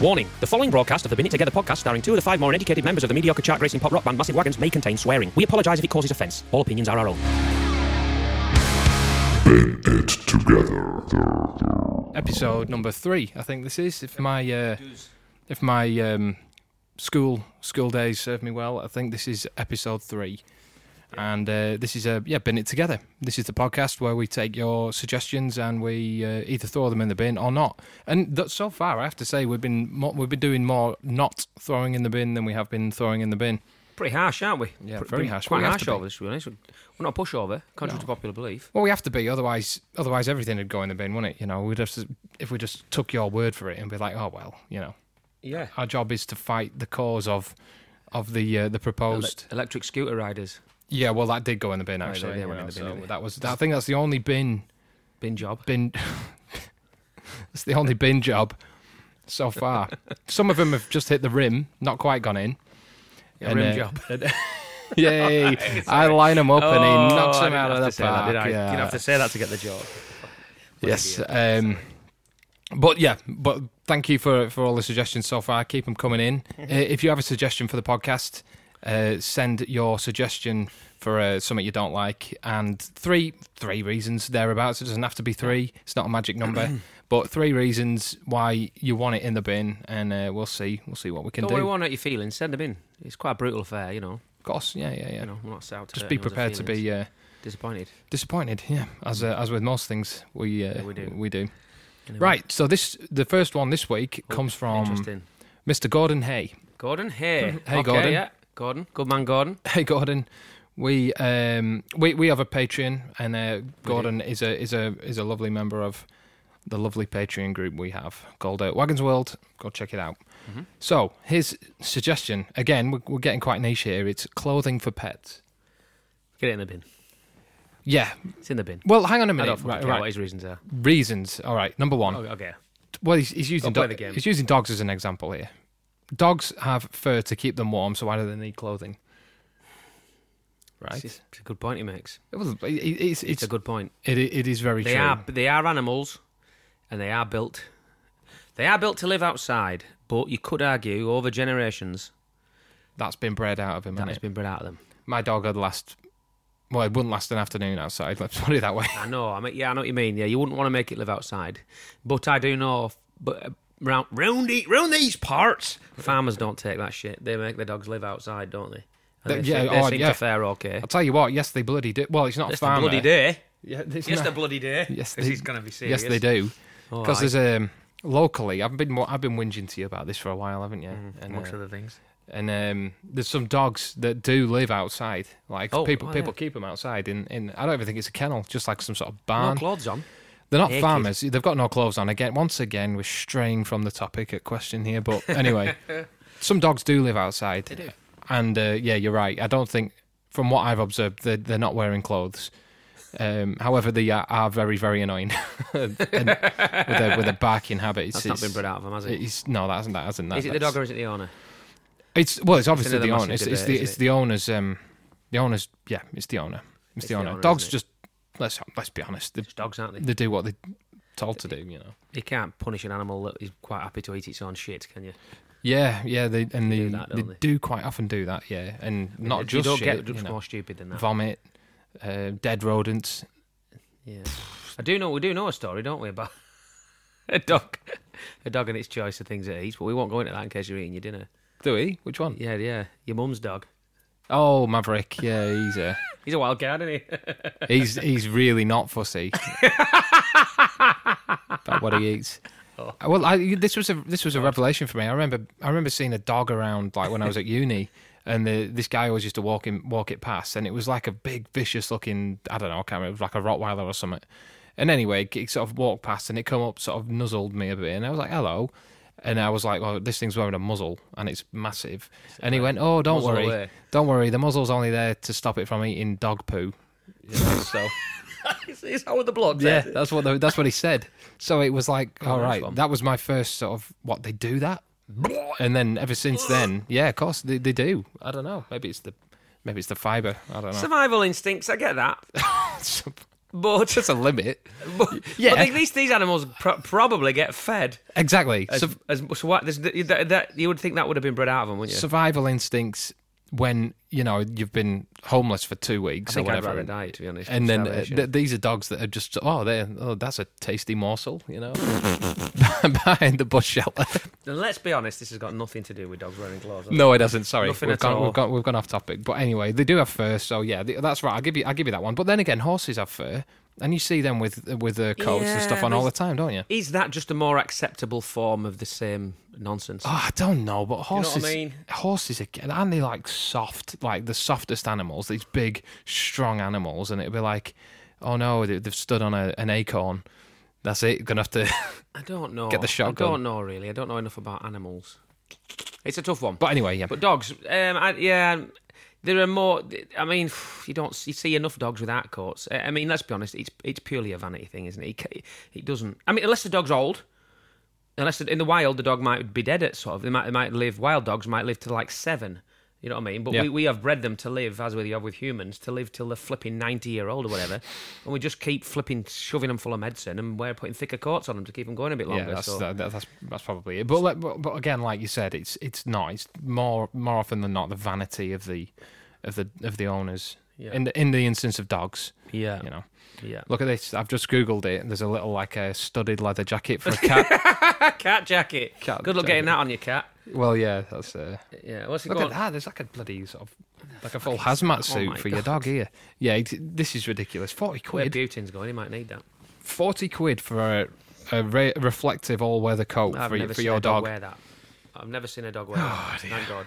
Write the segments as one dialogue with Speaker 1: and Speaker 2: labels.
Speaker 1: Warning The following broadcast of the Bin It Together podcast, starring two of the five more educated members of the mediocre chart racing pop rock band Massive Wagons, may contain swearing. We apologise if it causes offence. All opinions are our own.
Speaker 2: Bend it together.
Speaker 3: episode number three. I think this is. If my uh, if my um, school school days served me well, I think this is episode three. And uh, this is a yeah, bin it together. This is the podcast where we take your suggestions and we uh, either throw them in the bin or not. And that, so far, I have to say we've been mo- we've been doing more not throwing in the bin than we have been throwing in the bin.
Speaker 4: Pretty harsh, aren't we?
Speaker 3: Yeah,
Speaker 4: Pr-
Speaker 3: very
Speaker 4: been
Speaker 3: harsh.
Speaker 4: Quite
Speaker 3: We have
Speaker 4: harsh
Speaker 3: to be.
Speaker 4: over this, really. So we're not a pushover, contrary to popular belief.
Speaker 3: Well, we have to be, otherwise, otherwise everything would go in the bin, wouldn't it? You know, we'd have to, if we just took your word for it and be like, oh well, you know,
Speaker 4: Yeah.
Speaker 3: our job is to fight the cause of of the uh, the proposed.
Speaker 4: electric scooter riders.
Speaker 3: yeah, well, that did go in the bin
Speaker 4: Oh,
Speaker 3: actually.
Speaker 4: they- they
Speaker 3: you
Speaker 4: went in
Speaker 3: know,
Speaker 4: the bin,
Speaker 3: so
Speaker 4: didn't they?
Speaker 3: that was I think that's the only bin
Speaker 4: Bin job.
Speaker 3: bin. it's the only bin job so far. Some of them have just hit the rim, not quite gone in.
Speaker 4: Yeah,
Speaker 3: And,
Speaker 4: rim
Speaker 3: uh,
Speaker 4: job.
Speaker 3: Yay! I line them up and he knocks
Speaker 4: oh, I
Speaker 3: them
Speaker 4: didn't
Speaker 3: out
Speaker 4: have to
Speaker 3: of the
Speaker 4: say that,
Speaker 3: park.
Speaker 4: did I?
Speaker 3: yeah.
Speaker 4: You don't have to say that to get the job.
Speaker 3: Yes. Um, but yeah, but thank you for, for all the suggestions so far. Keep them coming in.
Speaker 4: Mm-hmm.
Speaker 3: uh, if you have a suggestion for the podcast, uh, send your suggestion for uh, something you don't like and three three reasons thereabouts. It doesn't have to be three. It's not a magic number, but three reasons why you want it in the bin, and uh, we'll see we'll see what we can
Speaker 4: Don't
Speaker 3: do.
Speaker 4: worry, one out your feelings. Send them in. It's quite a brutal affair, you know.
Speaker 3: Of course, yeah, yeah, yeah.
Speaker 4: You know, we're not out. to
Speaker 3: Just
Speaker 4: hurt
Speaker 3: be
Speaker 4: anyone's
Speaker 3: prepared to
Speaker 4: feelings.
Speaker 3: be uh,
Speaker 4: disappointed.
Speaker 3: disappointed. Yeah, as uh, as with most things, we uh,
Speaker 4: Yeah, we do.
Speaker 3: we do.
Speaker 4: Anyway,
Speaker 3: Right. um, So this the first one this week
Speaker 4: Oh,
Speaker 3: comes from
Speaker 4: interesting.
Speaker 3: Mr. Gordon Hay.
Speaker 4: Gordon, hey,
Speaker 3: Hey,
Speaker 4: Okay,
Speaker 3: Gordon.
Speaker 4: yeah, Gordon, good man, Gordon.
Speaker 3: Hey Gordon, we um we, we have a Patreon and uh, Gordon is a is a is a lovely member of the lovely Patreon group we have called uh, Wagons World. Go check it out.
Speaker 4: Mm-hmm.
Speaker 3: So his suggestion again, we're, we're getting quite niche here. It's clothing for pets.
Speaker 4: Get it in the bin.
Speaker 3: Yeah.
Speaker 4: It's in the bin.
Speaker 3: Well, hang on a
Speaker 4: I don't
Speaker 3: minute.
Speaker 4: fucking
Speaker 3: Right, Mm.
Speaker 4: care what
Speaker 3: right.
Speaker 4: his reasons are.
Speaker 3: Reasons. All right. Number one.
Speaker 4: Oh, okay.
Speaker 3: Well, he's, he's using
Speaker 4: Don't play
Speaker 3: do-
Speaker 4: the game.
Speaker 3: he's using dogs as an example here. Dogs have fur to keep them warm, so why do they need clothing? Right.
Speaker 4: It's, it's a good point he makes.
Speaker 3: It was- it- it's,
Speaker 4: It's
Speaker 3: it's,
Speaker 4: a good point.
Speaker 3: it, it is very
Speaker 4: They
Speaker 3: true.
Speaker 4: are they are animals, and they are built. They are built to live outside, but you could argue over generations
Speaker 3: That's been bred out of him.
Speaker 4: that
Speaker 3: hasn't
Speaker 4: has
Speaker 3: it?
Speaker 4: been bred out of them.
Speaker 3: My dog would last. Well, it wouldn't last an afternoon outside. Let's put it that way.
Speaker 4: I know. I mean, yeah, I know what you mean. Yeah, you wouldn't want to make it live outside, but I do know. But uh, round round, the, round these parts, farmers don't take that shit. They make their dogs live outside, don't they?
Speaker 3: Th-
Speaker 4: And they
Speaker 3: yeah,
Speaker 4: seem, they
Speaker 3: oh,
Speaker 4: seem
Speaker 3: yeah.
Speaker 4: to fare okay.
Speaker 3: I'll tell you what. Yes, they bloody do. Well, it's not a
Speaker 4: It's the
Speaker 3: farmer.
Speaker 4: bloody day.
Speaker 3: Yeah, it's
Speaker 4: It's
Speaker 3: not-
Speaker 4: the bloody day.
Speaker 3: Yes,
Speaker 4: this
Speaker 3: they-
Speaker 4: is going to be serious.
Speaker 3: yes, they do.
Speaker 4: Oh,
Speaker 3: Because
Speaker 4: I-
Speaker 3: there's um locally, I've been I've been whinging to you about this for a while, haven't you? And,
Speaker 4: amongst
Speaker 3: uh,
Speaker 4: other things.
Speaker 3: and um, there's some dogs that do live outside. Like
Speaker 4: Oh,
Speaker 3: people,
Speaker 4: oh,
Speaker 3: people
Speaker 4: yeah.
Speaker 3: keep them outside. In, in I don't even think it's a kennel, just like some sort of
Speaker 4: No
Speaker 3: barn.
Speaker 4: clothes on.
Speaker 3: They're not
Speaker 4: naked.
Speaker 3: farmers. They've got no clothes on. Again, once again, we're straying from the topic at question here. But anyway, some dogs do live outside. They do. And uh, yeah, you're right. I don't think, from what I've observed, they're, they're not wearing clothes. Um, however, they are, are very, very annoying and with their with their barking habits.
Speaker 4: That's not
Speaker 3: it's-
Speaker 4: been bred out of them, has it?
Speaker 3: It's, no, that hasn't. That hasn't. That,
Speaker 4: Is it the
Speaker 3: that's-
Speaker 4: dog or is it the owner?
Speaker 3: it's well, it's obviously
Speaker 4: another
Speaker 3: the
Speaker 4: massive
Speaker 3: owner. It's, it's
Speaker 4: debate,
Speaker 3: the
Speaker 4: isn't
Speaker 3: it's
Speaker 4: it?
Speaker 3: the owner's um, the owner's yeah, it's the owner. It's, the, owner. Dogs
Speaker 4: isn't it?
Speaker 3: just let's let's be honest. They,
Speaker 4: It's dogs, aren't they?
Speaker 3: they do what they're told to do. You know.
Speaker 4: You can't punish an animal that is quite happy to eat its own shit, can you?
Speaker 3: Yeah, yeah. They and they
Speaker 4: do
Speaker 3: they,
Speaker 4: that,
Speaker 3: they
Speaker 4: don't they?
Speaker 3: do quite often do that. Yeah, and not
Speaker 4: you
Speaker 3: just
Speaker 4: don't
Speaker 3: shit,
Speaker 4: get much
Speaker 3: you know,
Speaker 4: more stupid than that.
Speaker 3: vomit, uh, dead rodents.
Speaker 4: Yeah. I do know we do know a story, don't we, about a dog a dog and its choice of things it eats, but we won't go into that in case you're eating your dinner.
Speaker 3: Do we? Which one?
Speaker 4: Yeah, yeah. Your mum's dog.
Speaker 3: Oh, Maverick. Yeah, he's a
Speaker 4: He's a wild card, isn't he?
Speaker 3: he's he's really not fussy about what he eats. Uh, Well, I, this was a this was a revelation for me. I remember I remember seeing a dog around like when I was at uni, and the, this guy always used to walk him walk it past, and it was like a big vicious looking I don't know I can't remember it was like a Rottweiler or something. And anyway, he sort of walked past, and it come up sort of nuzzled me a bit, and I was like hello, and I was like well this thing's wearing a muzzle and it's massive, and he went oh don't
Speaker 4: muzzle
Speaker 3: worry
Speaker 4: away.
Speaker 3: don't worry the muzzle's only there to stop it from eating dog poo. You know, so.
Speaker 4: it's, it's how the blood.
Speaker 3: Yeah, that's what the, that's what he said. So it was like, all
Speaker 4: nice
Speaker 3: right,
Speaker 4: one.
Speaker 3: that was my first sort of what they do that, and then ever since then, yeah, of course they, they do. I don't know, maybe it's the maybe it's the fiber. I don't know.
Speaker 4: Survival instincts, I get that. But,
Speaker 3: That's a limit.
Speaker 4: but,
Speaker 3: Yeah.
Speaker 4: but at least these animals pro- probably get fed.
Speaker 3: Exactly.
Speaker 4: As,
Speaker 3: So,
Speaker 4: as, so what, there's- that, that, you would think that would have been bred out of them, wouldn't you?
Speaker 3: survival instincts when you know you've been homeless for two weeks
Speaker 4: I think
Speaker 3: or
Speaker 4: I'd
Speaker 3: whatever.
Speaker 4: rather die, to be honest.
Speaker 3: and
Speaker 4: with
Speaker 3: then uh,
Speaker 4: starvation.
Speaker 3: th- these are dogs that are just oh they oh that's a tasty morsel you know behind the bush shelter.
Speaker 4: And let's be honest, this has got nothing to do with dogs wearing gloves. has it?
Speaker 3: No, it doesn't. Sorry,
Speaker 4: Nothing
Speaker 3: we've
Speaker 4: at
Speaker 3: gone,
Speaker 4: all.
Speaker 3: we've gone we've gone off topic. But anyway, they do have fur, so yeah, th- that's right. I'll give you I'll give you that one. But then again, horses have fur, and you see them with with uh, coats and stuff
Speaker 4: Yeah,
Speaker 3: on all the
Speaker 4: but-
Speaker 3: time, don't you?
Speaker 4: Is that just a more acceptable form of the same nonsense?
Speaker 3: Oh, I don't know, but
Speaker 4: know what I
Speaker 3: horses,
Speaker 4: mean?
Speaker 3: horses again, aren't they like soft, like the softest animals? These big, strong animals, and it'd be like, oh no, they- they've stood on a, an acorn. That's it. Gonna have to.
Speaker 4: I don't know.
Speaker 3: Get the shotgun.
Speaker 4: I don't know really. I don't know enough about animals. It's a tough one. But,
Speaker 3: but anyway, yeah.
Speaker 4: dogs, um, I, yeah, there are more. I mean, you don't you see enough dogs with hat coats. I I mean, let's be honest. It's it's purely a vanity thing, isn't it? It, ca- it doesn't. I mean, unless the dog's old. Unless in the wild the dog might be dead at sort of they might they might live wild dogs might live to like seven, you know what I mean? But
Speaker 3: Yeah.
Speaker 4: we, we have bred them to live as we have with humans to live till they're flipping ninety year old or whatever, and we just keep flipping shoving them full of medicine and we're putting thicker coats on them to keep them going a bit longer.
Speaker 3: Yeah, that's, uh,
Speaker 4: so.
Speaker 3: that, that's that's probably it. But, like, but but again, like you said, it's it's not. It's more more often than not the vanity of the of the of the owners.
Speaker 4: Yeah.
Speaker 3: In the in the instance of dogs,
Speaker 4: yeah,
Speaker 3: you know.
Speaker 4: yeah.
Speaker 3: Look at this. I've just googled it. and There's a little like a studded leather jacket for a cat.
Speaker 4: cat jacket.
Speaker 3: Cat
Speaker 4: Good luck getting
Speaker 3: jacket.
Speaker 4: that on your cat.
Speaker 3: well, yeah, that's. Uh,
Speaker 4: Yeah, what's it
Speaker 3: Look at
Speaker 4: called?
Speaker 3: that. There's like a bloody sort of like a full hazmat
Speaker 4: oh
Speaker 3: suit
Speaker 4: my
Speaker 3: for your dog here. Yeah, it's- this is ridiculous. Forty
Speaker 4: Where
Speaker 3: quid.
Speaker 4: Putin's going, he might need that.
Speaker 3: Forty quid for a, a re- reflective all-weather coat
Speaker 4: I've
Speaker 3: for, your
Speaker 4: never
Speaker 3: for
Speaker 4: seen
Speaker 3: your
Speaker 4: a
Speaker 3: dog.
Speaker 4: dog,
Speaker 3: Oh,
Speaker 4: wear that. I've never seen a dog wear that. Thank God.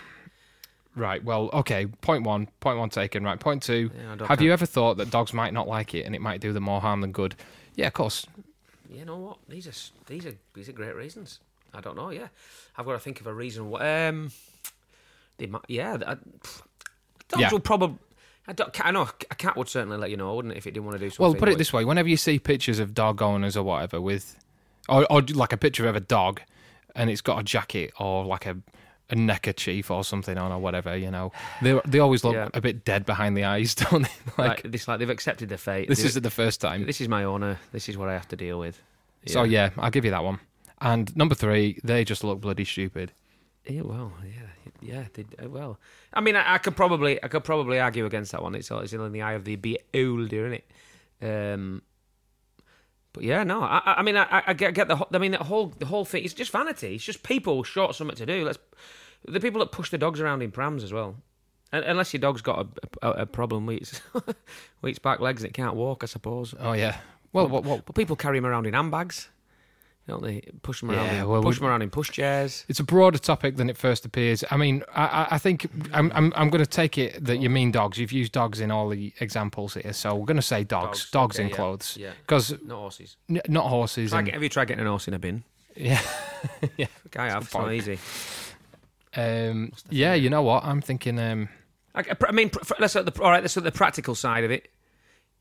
Speaker 3: Right. Well, okay. Point one. Point one taken. Right. Point two.
Speaker 4: Yeah, I
Speaker 3: have
Speaker 4: don't
Speaker 3: you ever thought that dogs might not like it and it might do them more harm than good? Yeah, of course.
Speaker 4: You know what? These are s- these are these are great reasons. I don't know. Yeah, I've got to think of a reason. wh- Um, they might. Yeah, I, pff, dogs
Speaker 3: Yeah.
Speaker 4: will probably. I, don't, I know a cat would certainly let you know, wouldn't it, if it didn't want to do something?
Speaker 3: Well, put it this way: whenever you see pictures of dog owners or whatever with, or, or like a picture of a dog, and it's got a jacket or like a a neckerchief or something on or whatever, you know, they they always look
Speaker 4: Yeah.
Speaker 3: a bit dead behind the eyes, don't they?
Speaker 4: like,
Speaker 3: Like
Speaker 4: this, like they've accepted their fate.
Speaker 3: this
Speaker 4: They-
Speaker 3: isn't the first time.
Speaker 4: this is my honour. This is what I have to deal with.
Speaker 3: So yeah, I'll give you that one. And number three, they just look bloody stupid.
Speaker 4: Yeah, well, yeah, yeah. They, uh, well, I mean, I, I could probably, I could probably argue against that one. It's, all- it's in the eye of the beholder, isn't it? Um, but yeah, no. I, I- I mean, I, I- I get, get the, whole- I mean, the whole, the whole thing. It's just vanity. It's just people short something to do. Let's the people that push the dogs around in prams as well. Un- Unless your dog's got a, a, a problem with its, with its back legs and it can't walk, I suppose.
Speaker 3: Oh yeah. Well, what what?
Speaker 4: But people carry them around in handbags, don't they? Push them around,
Speaker 3: Yeah,
Speaker 4: in,
Speaker 3: well,
Speaker 4: push
Speaker 3: we-
Speaker 4: them around in push chairs.
Speaker 3: It's a broader topic than it first appears. I mean, I, I- I think I'm, I'm, I'm going to take it that you mean dogs. You've used dogs in all the examples here, so we're going to say dogs. Dogs,
Speaker 4: Dogs, okay,
Speaker 3: in
Speaker 4: yeah,
Speaker 3: clothes,
Speaker 4: yeah.
Speaker 3: because
Speaker 4: Not horses.
Speaker 3: not horses.
Speaker 4: Try
Speaker 3: and-
Speaker 4: get- have you tried getting an horse in a bin?
Speaker 3: yeah,
Speaker 4: I have. It's not
Speaker 3: point.
Speaker 4: easy.
Speaker 3: um, yeah. You know what? I'm thinking. Um,
Speaker 4: I, I mean, pr- let's look at the all right. Let's look at the practical side of it.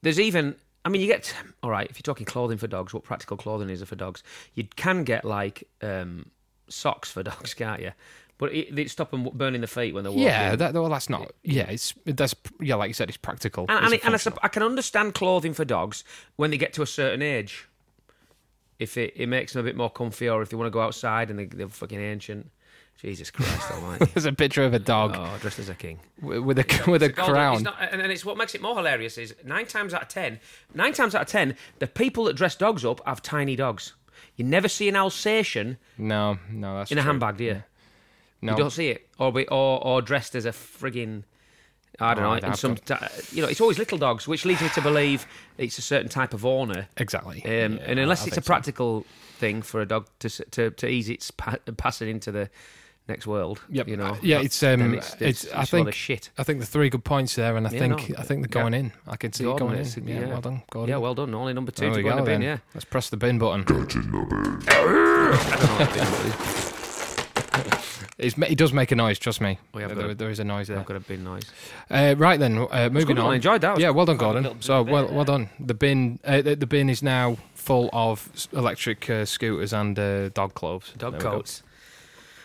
Speaker 4: There's even, I mean, you get all right if you're talking clothing for dogs. What practical clothing is there for dogs? You can get like um, socks for dogs, can't you? But it, they stop them burning the feet when they're walking.
Speaker 3: yeah, that, well, that's not. Yeah, it's that's yeah, like you said, it's practical.
Speaker 4: and,
Speaker 3: it's
Speaker 4: and, it, and I,
Speaker 3: functional.
Speaker 4: sup- I can understand clothing for dogs when they get to a certain age. If it, it makes them a bit more comfy, or if they want to go outside and they, they're fucking ancient. Jesus Christ Almighty!
Speaker 3: there's a picture of a dog
Speaker 4: oh, dressed as a king.
Speaker 3: wi- with a with a
Speaker 4: Golden-
Speaker 3: crown.
Speaker 4: It's not, and, and it's what makes it more hilarious is nine times out of ten, nine times out of ten, the people that dress dogs up have tiny dogs. You never see an Alsatian
Speaker 3: no, no, that's
Speaker 4: in a
Speaker 3: true.
Speaker 4: handbag, do you?
Speaker 3: No,
Speaker 4: You don't see it, or be, or or dressed as a friggin' I don't
Speaker 3: Oh, I'd
Speaker 4: know. In
Speaker 3: have
Speaker 4: some, ti- you know, it's always little dogs, which leads me to believe it's a certain type of honour.
Speaker 3: exactly.
Speaker 4: Um,
Speaker 3: Yeah,
Speaker 4: and
Speaker 3: I-
Speaker 4: unless
Speaker 3: I
Speaker 4: it's a
Speaker 3: think so.
Speaker 4: practical thing for a dog to s- to, to ease its pa- passing into the next world,
Speaker 3: Yep.
Speaker 4: you know,
Speaker 3: yeah, it's
Speaker 4: then
Speaker 3: um,
Speaker 4: it's,
Speaker 3: it's,
Speaker 4: it's,
Speaker 3: I
Speaker 4: it's
Speaker 3: think
Speaker 4: rather shit.
Speaker 3: I think the three good points there, and I
Speaker 4: Yeah,
Speaker 3: think
Speaker 4: no,
Speaker 3: I think they're
Speaker 4: yeah.
Speaker 3: going in. I can see it
Speaker 4: Gordon,
Speaker 3: going
Speaker 4: it's-
Speaker 3: in. Yeah, well done, Gordon.
Speaker 4: Yeah, well done. Only number two
Speaker 3: there
Speaker 4: to
Speaker 3: we
Speaker 4: go, in
Speaker 3: go
Speaker 4: the bin,
Speaker 3: then.
Speaker 4: yeah.
Speaker 3: Let's press the bin button.
Speaker 2: Gajinabe.
Speaker 3: It's, ma- it does make a noise. Trust me.
Speaker 4: We have
Speaker 3: There-
Speaker 4: got
Speaker 3: there,
Speaker 4: a-
Speaker 3: there is a noise there.
Speaker 4: I've got a bin noise.
Speaker 3: Uh, right then, uh, moving
Speaker 4: good,
Speaker 3: on.
Speaker 4: I enjoyed that. It was
Speaker 3: Yeah, well done,
Speaker 4: quite a little
Speaker 3: Gordon.
Speaker 4: bit
Speaker 3: So
Speaker 4: of bin
Speaker 3: well,
Speaker 4: there.
Speaker 3: well done. The bin, uh, the, the bin is now full of s- electric uh, scooters and uh, dog clothes.
Speaker 4: Dog
Speaker 3: There we go.
Speaker 4: coats.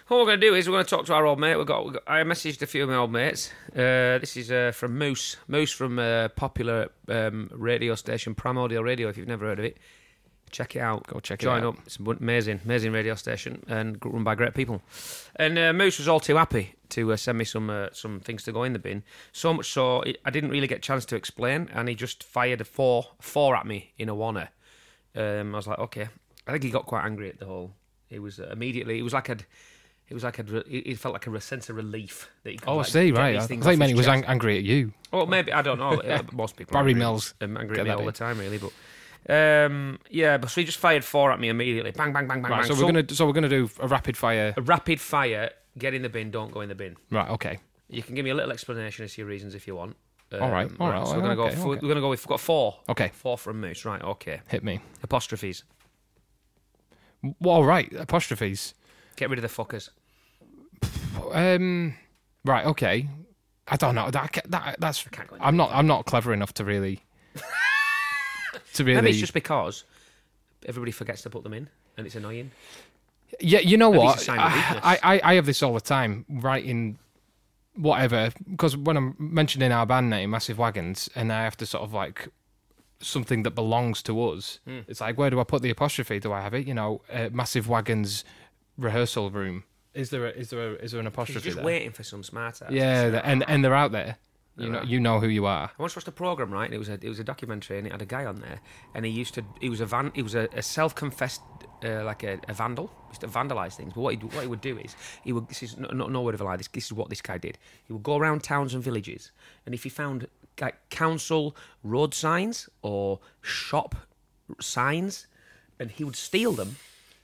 Speaker 4: What we're going to do is we're going to talk to our old mate. We've got, we got I messaged a few of my old mates. Uh, this is uh, from Moose. Moose from uh, popular um, radio station Primordial Radio. If you've never heard of it, check it out.
Speaker 3: Go check it
Speaker 4: Join
Speaker 3: out.
Speaker 4: up. It's an amazing, amazing radio station and gr- run by great people. And uh, Moose was all too happy to uh, send me some uh, some things to go in the bin. So much so it, I didn't really get a chance to explain, and he just fired a four four at me in a oneer. Um, I was like, okay. I think he got quite angry at the whole. It was uh, immediately. It was like a. It was like a. re- It it felt like a re- sense of relief that he. Could,
Speaker 3: Oh,
Speaker 4: like,
Speaker 3: I see.
Speaker 4: get
Speaker 3: Right.
Speaker 4: these
Speaker 3: I, I
Speaker 4: things
Speaker 3: thought you
Speaker 4: off
Speaker 3: meant he
Speaker 4: his
Speaker 3: was
Speaker 4: chest.
Speaker 3: ang- angry at you.
Speaker 4: Well, maybe I don't know. Uh, Most people are
Speaker 3: Barry
Speaker 4: angry-
Speaker 3: Mills.
Speaker 4: um, angry
Speaker 3: Get
Speaker 4: at me
Speaker 3: that
Speaker 4: all
Speaker 3: in.
Speaker 4: the time, really. But um, yeah, but so he just fired four at me immediately. Bang, bang, bang, bang,
Speaker 3: Right.
Speaker 4: bang.
Speaker 3: So we're gonna so we're gonna do a rapid fire.
Speaker 4: a rapid fire. Get in the bin. Don't go in the bin.
Speaker 3: Right. Okay.
Speaker 4: You can give me a little explanation as to your reasons if you want. Um,
Speaker 3: All right, all right,
Speaker 4: So we're gonna
Speaker 3: okay,
Speaker 4: go. f-
Speaker 3: okay.
Speaker 4: We're gonna go. We've got four.
Speaker 3: Okay.
Speaker 4: Four from Moose. Right. Okay.
Speaker 3: Hit me.
Speaker 4: Apostrophes.
Speaker 3: Well, all right. Apostrophes.
Speaker 4: Get rid of the fuckers.
Speaker 3: Um. Right. Okay. I don't know. That, that that's.
Speaker 4: can't go in
Speaker 3: I'm not. I'm not clever enough to really. to really.
Speaker 4: Maybe it's just because everybody forgets to put them in, and it's annoying.
Speaker 3: Yeah, you know
Speaker 4: Maybe it's a
Speaker 3: what?
Speaker 4: sign of weakness.
Speaker 3: I, I, I have this all the time, writing whatever, because when I'm mentioning our band name, Massive Wagons, and I have to sort of like something that belongs to us,
Speaker 4: Hmm.
Speaker 3: it's like, where do I put the apostrophe? Do I have it? You know, uh, Massive Wagons rehearsal room. Is there a, is there a, is there an
Speaker 4: You're
Speaker 3: apostrophe
Speaker 4: just
Speaker 3: there?
Speaker 4: waiting for some smart ass.
Speaker 3: yeah, the- and and they're out there. You
Speaker 4: They're
Speaker 3: know,
Speaker 4: out.
Speaker 3: you know who you are.
Speaker 4: I once watched a program, right? And it was a it was a documentary, and it had a guy on there, and he used to he was a van he was a, a self confessed uh, like a, a vandal, he used to vandalise things. But what he what he would do is he would this is no, no, no word of a lie. This this is what this guy did. He would go around towns and villages, and if he found like council road signs or shop signs, and he would steal them,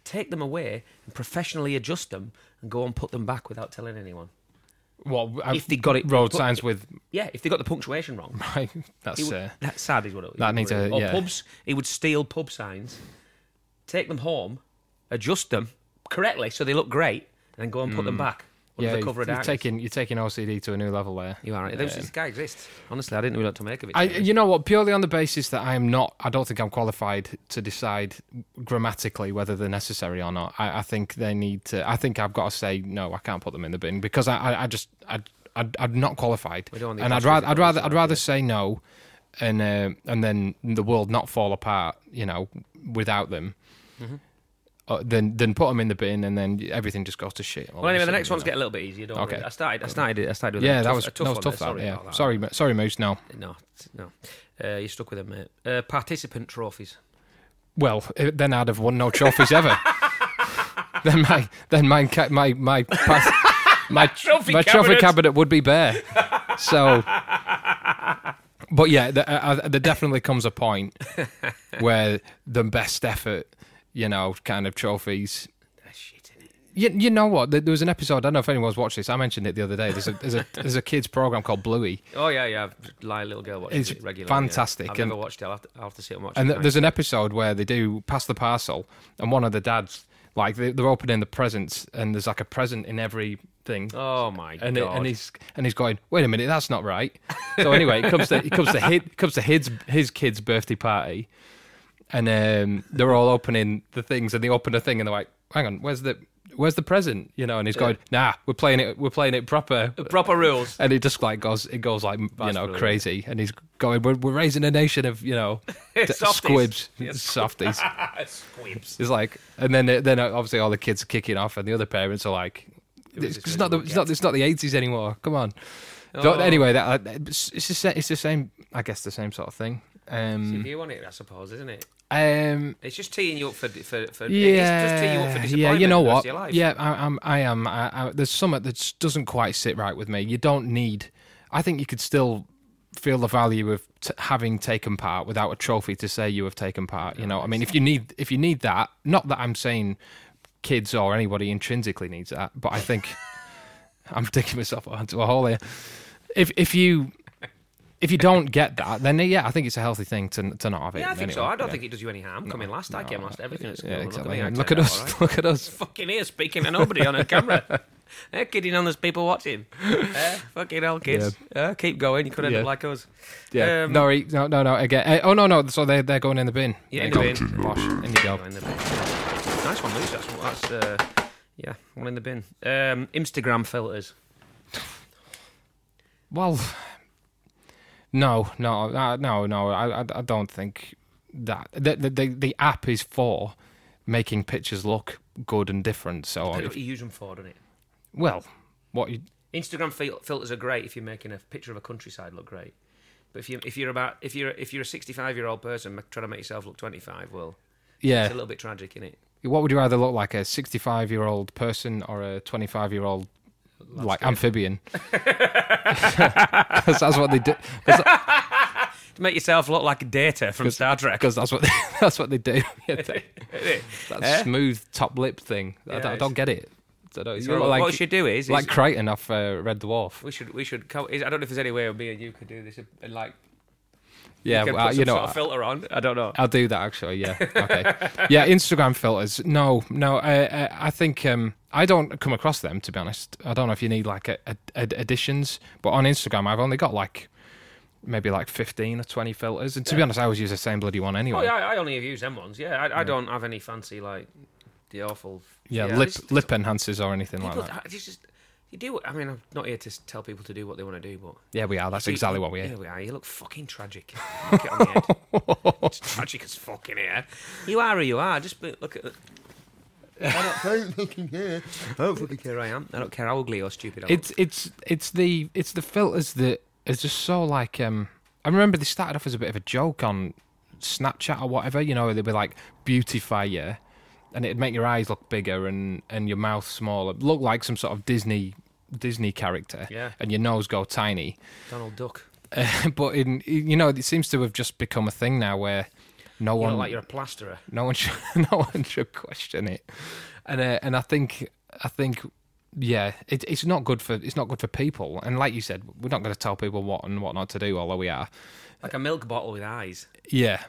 Speaker 4: take them away, and professionally adjust them, and go and put them back without telling anyone.
Speaker 3: Well, I-
Speaker 4: If they got it-
Speaker 3: road
Speaker 4: put-
Speaker 3: signs with
Speaker 4: Yeah, if they got the punctuation wrong.
Speaker 3: right, that's
Speaker 4: He would-
Speaker 3: uh,
Speaker 4: that's sad, is what it is.
Speaker 3: that needs
Speaker 4: what it is.
Speaker 3: a-
Speaker 4: or
Speaker 3: yeah.
Speaker 4: pubs. He would steal pub signs, take them home, adjust them correctly so they look great, and then go and put them back under
Speaker 3: Mm. yeah.
Speaker 4: the cover of
Speaker 3: you're
Speaker 4: darkness.
Speaker 3: taking you're taking OCD to a new level there.
Speaker 4: You are right. This, this guy exists. Honestly, I didn't really know what to make of it.
Speaker 3: I,
Speaker 4: to be honest.
Speaker 3: you know what? Purely on the basis that I am not, I don't think I'm qualified to decide grammatically whether they're necessary or not. I, I think they need to. I think I've got to say no. I can't put them in the bin because I, I, I just, I, I, I'm not qualified.
Speaker 4: We don't want the
Speaker 3: And I'd
Speaker 4: apostrophe
Speaker 3: rather, I'd
Speaker 4: bonus,
Speaker 3: rather,
Speaker 4: right,
Speaker 3: I'd rather say no, and uh, and then the world not fall apart. You know, without them.
Speaker 4: Mm-hmm.
Speaker 3: Uh, then, then put them in the bin, and then everything just goes to shit. all of
Speaker 4: well,
Speaker 3: a
Speaker 4: anyway, the
Speaker 3: sudden,
Speaker 4: next
Speaker 3: you
Speaker 4: one's
Speaker 3: know.
Speaker 4: get a little bit easier. Don't
Speaker 3: Okay.
Speaker 4: worry. I started. I started. I started with a
Speaker 3: Yeah,
Speaker 4: tough-
Speaker 3: that was
Speaker 4: a tough
Speaker 3: that
Speaker 4: one
Speaker 3: was tough.
Speaker 4: there.
Speaker 3: That, yeah.
Speaker 4: about that.
Speaker 3: Sorry, mo- sorry, Moose. No.
Speaker 4: No, t- no. Uh, you're stuck with them, mate. Uh, participant trophies.
Speaker 3: Well, eh, then I'd have won no trophies ever. then my then my ca- my my pass, my
Speaker 4: Trophy
Speaker 3: my trophy
Speaker 4: cabinet.
Speaker 3: cabinet would be bare. So, but yeah, th uh, uh, there definitely comes a point where the best effort, you know, kind of trophies
Speaker 4: Ah, shit, innit?
Speaker 3: you, you know what? There there was an episode. I don't know if anyone's watched this. I mentioned it the other day. There's a there's a, there's a kids program called Bluey,
Speaker 4: Oh yeah, yeah. Lie, little girl watches
Speaker 3: It's
Speaker 4: it regularly. yeah.
Speaker 3: fantastic,
Speaker 4: I've
Speaker 3: and-
Speaker 4: never watched it. I'll have to, I'll have to sit and watch
Speaker 3: and
Speaker 4: it.
Speaker 3: th- there's an episode where they do pass the parcel, and one of the dads like they, they're opening the presents, and there's like a present in every thing.
Speaker 4: Oh my
Speaker 3: and, it-
Speaker 4: god!
Speaker 3: and he's and he's going, wait a minute, that's not right. So anyway, it comes to it comes to his, comes to his his kid's birthday party, and um, they're all opening the things, and they open a thing, and they're like, hang on, where's the where's the present? You know, and he's going, nah, we're playing it, we're playing it proper.
Speaker 4: proper rules.
Speaker 3: And it just like goes, it goes like you know
Speaker 4: brilliant.
Speaker 3: crazy, and he's going, we're, we're raising a nation of you know d-
Speaker 4: Softies.
Speaker 3: squibs,
Speaker 4: Yeah,
Speaker 3: softies.
Speaker 4: Squibs.
Speaker 3: It's like, and then then obviously all the kids are kicking off, and the other parents are like,
Speaker 4: was
Speaker 3: "It's,
Speaker 4: this
Speaker 3: not the
Speaker 4: miserable
Speaker 3: it's not it's not the eighties anymore. Come on."
Speaker 4: Oh.
Speaker 3: Don't- anyway, that uh, it's it's the, sa- it's the same. I guess the same sort of thing. Um,
Speaker 4: You want it, I suppose, isn't it?
Speaker 3: um,
Speaker 4: It's just teeing you up for for for. it's just teeing you up
Speaker 3: yeah,
Speaker 4: for
Speaker 3: yeah. You
Speaker 4: disappointment
Speaker 3: know
Speaker 4: the rest
Speaker 3: what?
Speaker 4: of your life.
Speaker 3: Yeah, I, I'm. I am. I, I, there's something that just doesn't quite sit right with me. You don't need. I think you could still feel the value of t- having taken part without a trophy to say you have taken part. You know, I mean, if you need if you need that, not that I'm saying kids or anybody intrinsically needs that, but I think I'm digging myself onto a hole here. If if you if you don't get that, then yeah, I think it's a healthy thing to to not have it.
Speaker 4: Yeah, I think so.
Speaker 3: anyway.
Speaker 4: I don't
Speaker 3: Yeah.
Speaker 4: think it does you any harm. Coming last, I came last. Everything at school.
Speaker 3: Yeah,
Speaker 4: Look
Speaker 3: exactly.
Speaker 4: at, me, I
Speaker 3: And
Speaker 4: turned
Speaker 3: Look at
Speaker 4: out
Speaker 3: us.
Speaker 4: all right.
Speaker 3: Look at us.
Speaker 4: Fucking here, speaking to nobody on a camera. They're kidding on. There's people watching. Eh, fucking hell, kids. Eh, keep going. You could end
Speaker 3: Yeah.
Speaker 4: up like us.
Speaker 3: Yeah.
Speaker 4: Um,
Speaker 3: no, he- no, no, no. Again. Eh, Oh no, no. So they they're going in the bin.
Speaker 4: Yeah, in
Speaker 3: There
Speaker 4: the
Speaker 3: you go.
Speaker 4: bin.
Speaker 3: Bosh. In you go.
Speaker 4: Nice one, Luke. That's that's. Uh, Yeah, one in the bin. Um, Instagram filters.
Speaker 3: Well, no, no, uh, no, no. I, I, I don't think that the, the the the app is for making pictures look good and different. So,
Speaker 4: That's
Speaker 3: if,
Speaker 4: what you use them for, doesn't it?
Speaker 3: well, what you,
Speaker 4: Instagram fil- filters are great if you're making a picture of a countryside look great. But if you if you're about if you're if you're a 65 year old person ma- trying to make yourself look 25, well, it's a
Speaker 3: yeah,
Speaker 4: little bit tragic, isn't it?
Speaker 3: what would you rather look like, a sixty-five-year-old person or a twenty-five-year-old? Like amphibian, because that's what they do.
Speaker 4: To make yourself look like Data from Star Trek.
Speaker 3: Because that's what that's what they do. Yeah, they- that smooth top lip thing. I,
Speaker 4: Eh? Yeah,
Speaker 3: don't, I don't get it. I don't, it's
Speaker 4: You know,
Speaker 3: not like,
Speaker 4: what we should do is, is
Speaker 3: like Crichton off uh, Red Dwarf.
Speaker 4: we should we should co- is, I don't know if there's any way me and you could do this uh, like
Speaker 3: Yeah,
Speaker 4: you, can
Speaker 3: well, uh,
Speaker 4: put
Speaker 3: you
Speaker 4: some
Speaker 3: know,
Speaker 4: sort of filter on. I don't know.
Speaker 3: I'll do that actually. Yeah. Okay. yeah. Instagram filters. No, no. I, I, I think um, I don't come across them to be honest. I don't know if you need like a, a, ad- additions, but on Instagram I've only got like maybe like fifteen or twenty filters, and to be honest, I always use the same bloody one anyway.
Speaker 4: Oh yeah, I I only have used them ones. Yeah, I, I don't have any fancy like the awful.
Speaker 3: Yeah, lip
Speaker 4: this- this-
Speaker 3: lip enhancers or anything
Speaker 4: people-
Speaker 3: like that.
Speaker 4: I- this is- you do. I mean, I'm not here to s- tell people to do what they want to do, but
Speaker 3: Yeah, we are. That's
Speaker 4: you-
Speaker 3: exactly what we
Speaker 4: Yeah,
Speaker 3: are.
Speaker 4: we are. You look fucking tragic. Knock it on the head. It's tragic as fucking here. You are who you are. Just be- look at. I don't fucking care. I don't fucking care. I am. I don't care how ugly or stupid I am.
Speaker 3: It's it's it's the it's the filters that is just so like um I remember they started off as a bit of a joke on Snapchat or whatever, you know, they'd be like beautify you and it'd make your eyes look bigger and and your mouth smaller. Look like some sort of Disney Disney character.
Speaker 4: Yeah.
Speaker 3: And your nose go tiny.
Speaker 4: Donald Duck.
Speaker 3: Uh, but in you know, it seems to have just become a thing now where no
Speaker 4: You
Speaker 3: one
Speaker 4: look like you're a plasterer.
Speaker 3: no one should, no one should question it. And uh, and I think I think yeah, it, it's not good for it's not good for people. And like you said, we're not going to tell people what and what not to do, although we are.
Speaker 4: Like a milk bottle with eyes.
Speaker 3: Yeah,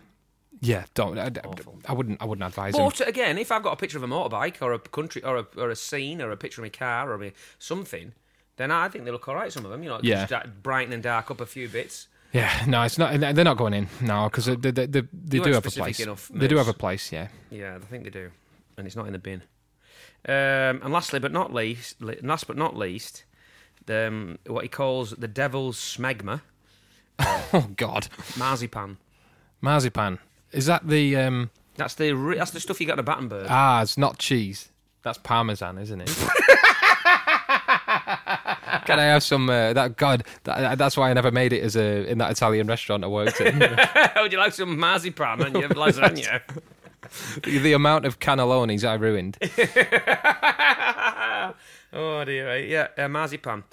Speaker 3: yeah. Don't I, I- I wouldn't I wouldn't advise them.
Speaker 4: But again, if I've got a picture of a motorbike or a country or a, or a scene or a picture of my car or my something, then I think they look all right. Some of them, you know,
Speaker 3: Yeah.
Speaker 4: just that brighten and dark up a few bits.
Speaker 3: Yeah, no, it's not. They're not going in no because they, they, they, they
Speaker 4: You
Speaker 3: do
Speaker 4: weren't
Speaker 3: have a
Speaker 4: specific
Speaker 3: place.
Speaker 4: enough,
Speaker 3: they do
Speaker 4: Mace.
Speaker 3: have a place. Yeah,
Speaker 4: Yeah, I think they do, and it's not in the bin. Um, and lastly, but not least, li- last but not least, the, um, what he calls the devil's smegma,
Speaker 3: Oh God,
Speaker 4: marzipan.
Speaker 3: marzipan. Is that the um?
Speaker 4: That's the re- that's the stuff you got in a Battenberg.
Speaker 3: Ah, it's not cheese. That's parmesan, isn't it? Can I have some? Uh, that God, that, that's why I never made it as a in that Italian restaurant I worked in.
Speaker 4: Would Oh, you like some marzipan and your lasagna?
Speaker 3: the, the amount of cannellonis I ruined.
Speaker 4: oh dear, right. yeah, uh, marzipan.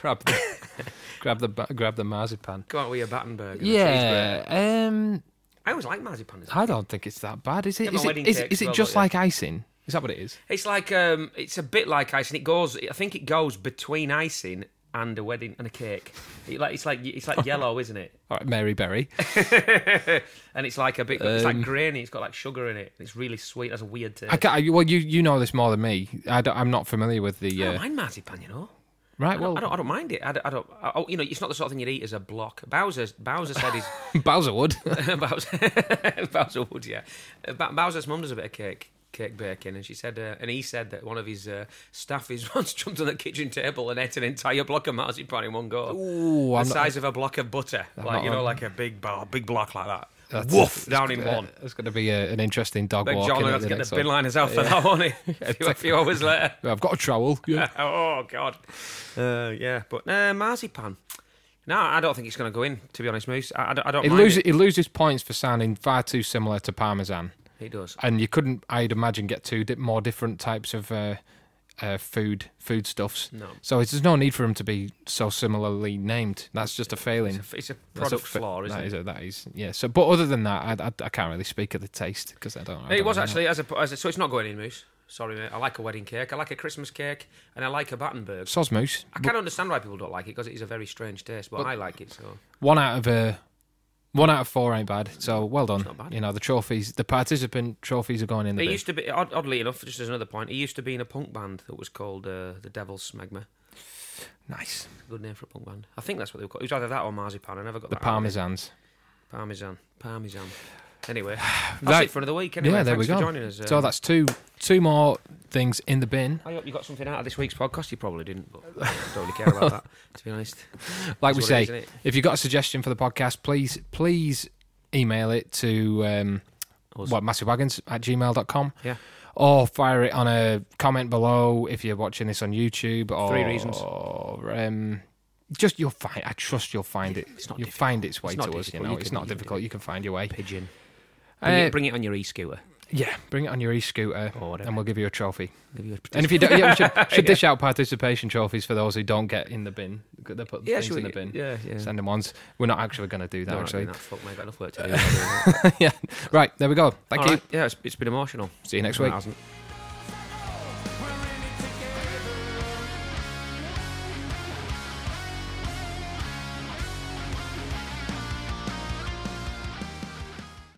Speaker 3: grab the, grab the, ba- grab the marzipan.
Speaker 4: Come on with your Battenberg. and a cheeseburger.
Speaker 3: Yeah, um,
Speaker 4: I always like marzipan. as a
Speaker 3: I don't think it's that bad, is it?
Speaker 4: but
Speaker 3: Is it,
Speaker 4: wedding
Speaker 3: is,
Speaker 4: cakes
Speaker 3: is it
Speaker 4: well,
Speaker 3: just
Speaker 4: don't you?
Speaker 3: like icing? Is that what it is?
Speaker 4: It's like um, it's a bit like icing. It goes. I think it goes between icing and a wedding and a cake. It like it's like it's like yellow, isn't it?
Speaker 3: All right, Mary Berry.
Speaker 4: And it's like a bit. It's like grainy. It's got like sugar in it. It's really sweet. That's a weird taste.
Speaker 3: Um, I can't, I- well, you you know this more than me. I am not familiar with the
Speaker 4: I
Speaker 3: uh,
Speaker 4: don't mind marzipan, you know.
Speaker 3: right.
Speaker 4: I don't,
Speaker 3: Well,
Speaker 4: I don't. I don't mind it. I don't. I don't I, oh, you know, it's not the sort of thing you'd eat as a block. Bowser. Bowser said he's
Speaker 3: Bowser would.
Speaker 4: Bowser. Bowser would. Yeah. Uh, Ba- Bowser's mum does a bit of cake. Cake baking, and she said, uh, and he said that one of his uh, staffies once jumped on the kitchen table and ate an entire block of marzipan in one go.
Speaker 3: Ooh,
Speaker 4: the
Speaker 3: I'm not,
Speaker 4: size of a block of butter, like
Speaker 3: not
Speaker 4: you know,
Speaker 3: on-
Speaker 4: like a big bar, big block like that.
Speaker 3: That's-
Speaker 4: Woof
Speaker 3: that's
Speaker 4: down in
Speaker 3: gonna-
Speaker 4: one.
Speaker 3: That's going to be a, an interesting dog
Speaker 4: Big
Speaker 3: walk.
Speaker 4: John
Speaker 3: innit,
Speaker 4: has to
Speaker 3: the
Speaker 4: get
Speaker 3: next
Speaker 4: the bin
Speaker 3: one.
Speaker 4: liners out for that one. a, few, a few hours later.
Speaker 3: I've got a trowel. Yeah.
Speaker 4: Oh God. Uh, yeah, but uh, marzipan. No, I don't think it's going to go in. To be honest, Moose, I, I don't. I don't
Speaker 3: it
Speaker 4: mind
Speaker 3: loses
Speaker 4: it.
Speaker 3: it. loses points for sounding far too similar to parmesan,
Speaker 4: It does.
Speaker 3: and you couldn't, I'd imagine, get two di- more different types of uh, uh, food foodstuffs.
Speaker 4: No.
Speaker 3: So it's, there's no need for them to be so similarly named. That's just a failing.
Speaker 4: It's a, it's a
Speaker 3: That's
Speaker 4: product
Speaker 3: up for-
Speaker 4: flaw, isn't
Speaker 3: that
Speaker 4: it?
Speaker 3: is a- that is yeah. So, but other than that, I, I, I can't really speak of the taste because I don't. I
Speaker 4: It
Speaker 3: don't
Speaker 4: was
Speaker 3: know.
Speaker 4: actually as a, as a so it's not going in, Moose. Sorry, mate. I like a wedding cake. I like a Christmas cake, and I like a Battenberg.
Speaker 3: Soz mousse.
Speaker 4: I can understand why people don't like it because it is a very strange taste, but, I like it. So
Speaker 3: one out of a one out of four ain't bad. So well done.
Speaker 4: not bad.
Speaker 3: You know the trophies, the participant trophies are going in the
Speaker 4: It
Speaker 3: bin.
Speaker 4: used to be, odd- oddly enough, just as another point, he used to be in a punk band that was called uh, the Devil's Smegma.
Speaker 3: nice.
Speaker 4: Good name for a punk band. I think that's what they were called. It was either that or Marzipan. I never got
Speaker 3: The
Speaker 4: that. out of it.
Speaker 3: parmesans.
Speaker 4: Parmesan. Parmesan. Anyway, that's
Speaker 3: Right.
Speaker 4: it for another week. Anyway,
Speaker 3: yeah, there we
Speaker 4: thanks
Speaker 3: go.
Speaker 4: for joining us.
Speaker 3: so
Speaker 4: um,
Speaker 3: that's two two more things in the bin.
Speaker 4: I hope you got something out of this week's podcast. You probably didn't, but I don't really care about that, to be honest.
Speaker 3: Like
Speaker 4: That's
Speaker 3: we
Speaker 4: what it
Speaker 3: say,
Speaker 4: is, innit?
Speaker 3: if you've got a suggestion for the podcast, please please email it to um,
Speaker 4: Us.
Speaker 3: what massivewagons at gmail.com.
Speaker 4: Yeah.
Speaker 3: Or fire it on a comment below if you're watching this on YouTube. Or,
Speaker 4: Three reasons.
Speaker 3: Or, um, just you'll find. I trust you'll find it.
Speaker 4: It's not
Speaker 3: you'll
Speaker 4: difficult.
Speaker 3: find its way
Speaker 4: It's not
Speaker 3: to us. You
Speaker 4: difficult.
Speaker 3: know,
Speaker 4: You
Speaker 3: it's
Speaker 4: can-
Speaker 3: not
Speaker 4: you can
Speaker 3: difficult. You can find your way.
Speaker 4: Pigeon.
Speaker 3: Uh,
Speaker 4: Bring, it, bring it on your e scooter.
Speaker 3: yeah, bring it on your e-scooter,
Speaker 4: Or whatever.
Speaker 3: and we'll give you a trophy.
Speaker 4: Maybe you
Speaker 3: And if you don't, yeah, we should, should dish out participation trophies for those who don't get in the bin. They put
Speaker 4: yeah,
Speaker 3: things
Speaker 4: should
Speaker 3: in the
Speaker 4: we-
Speaker 3: bin.
Speaker 4: Yeah, yeah.
Speaker 3: Send them ones. We're not actually going to do that.
Speaker 4: No, I'm not
Speaker 3: actually,
Speaker 4: doing that. Fuck, mate, I've got enough work to do. I'm not doing that.
Speaker 3: yeah. Right, there we go. Thank
Speaker 4: All
Speaker 3: you.
Speaker 4: right. Yeah, it's, it's been emotional.
Speaker 3: See you next
Speaker 4: No, it
Speaker 3: week.
Speaker 4: hasn't.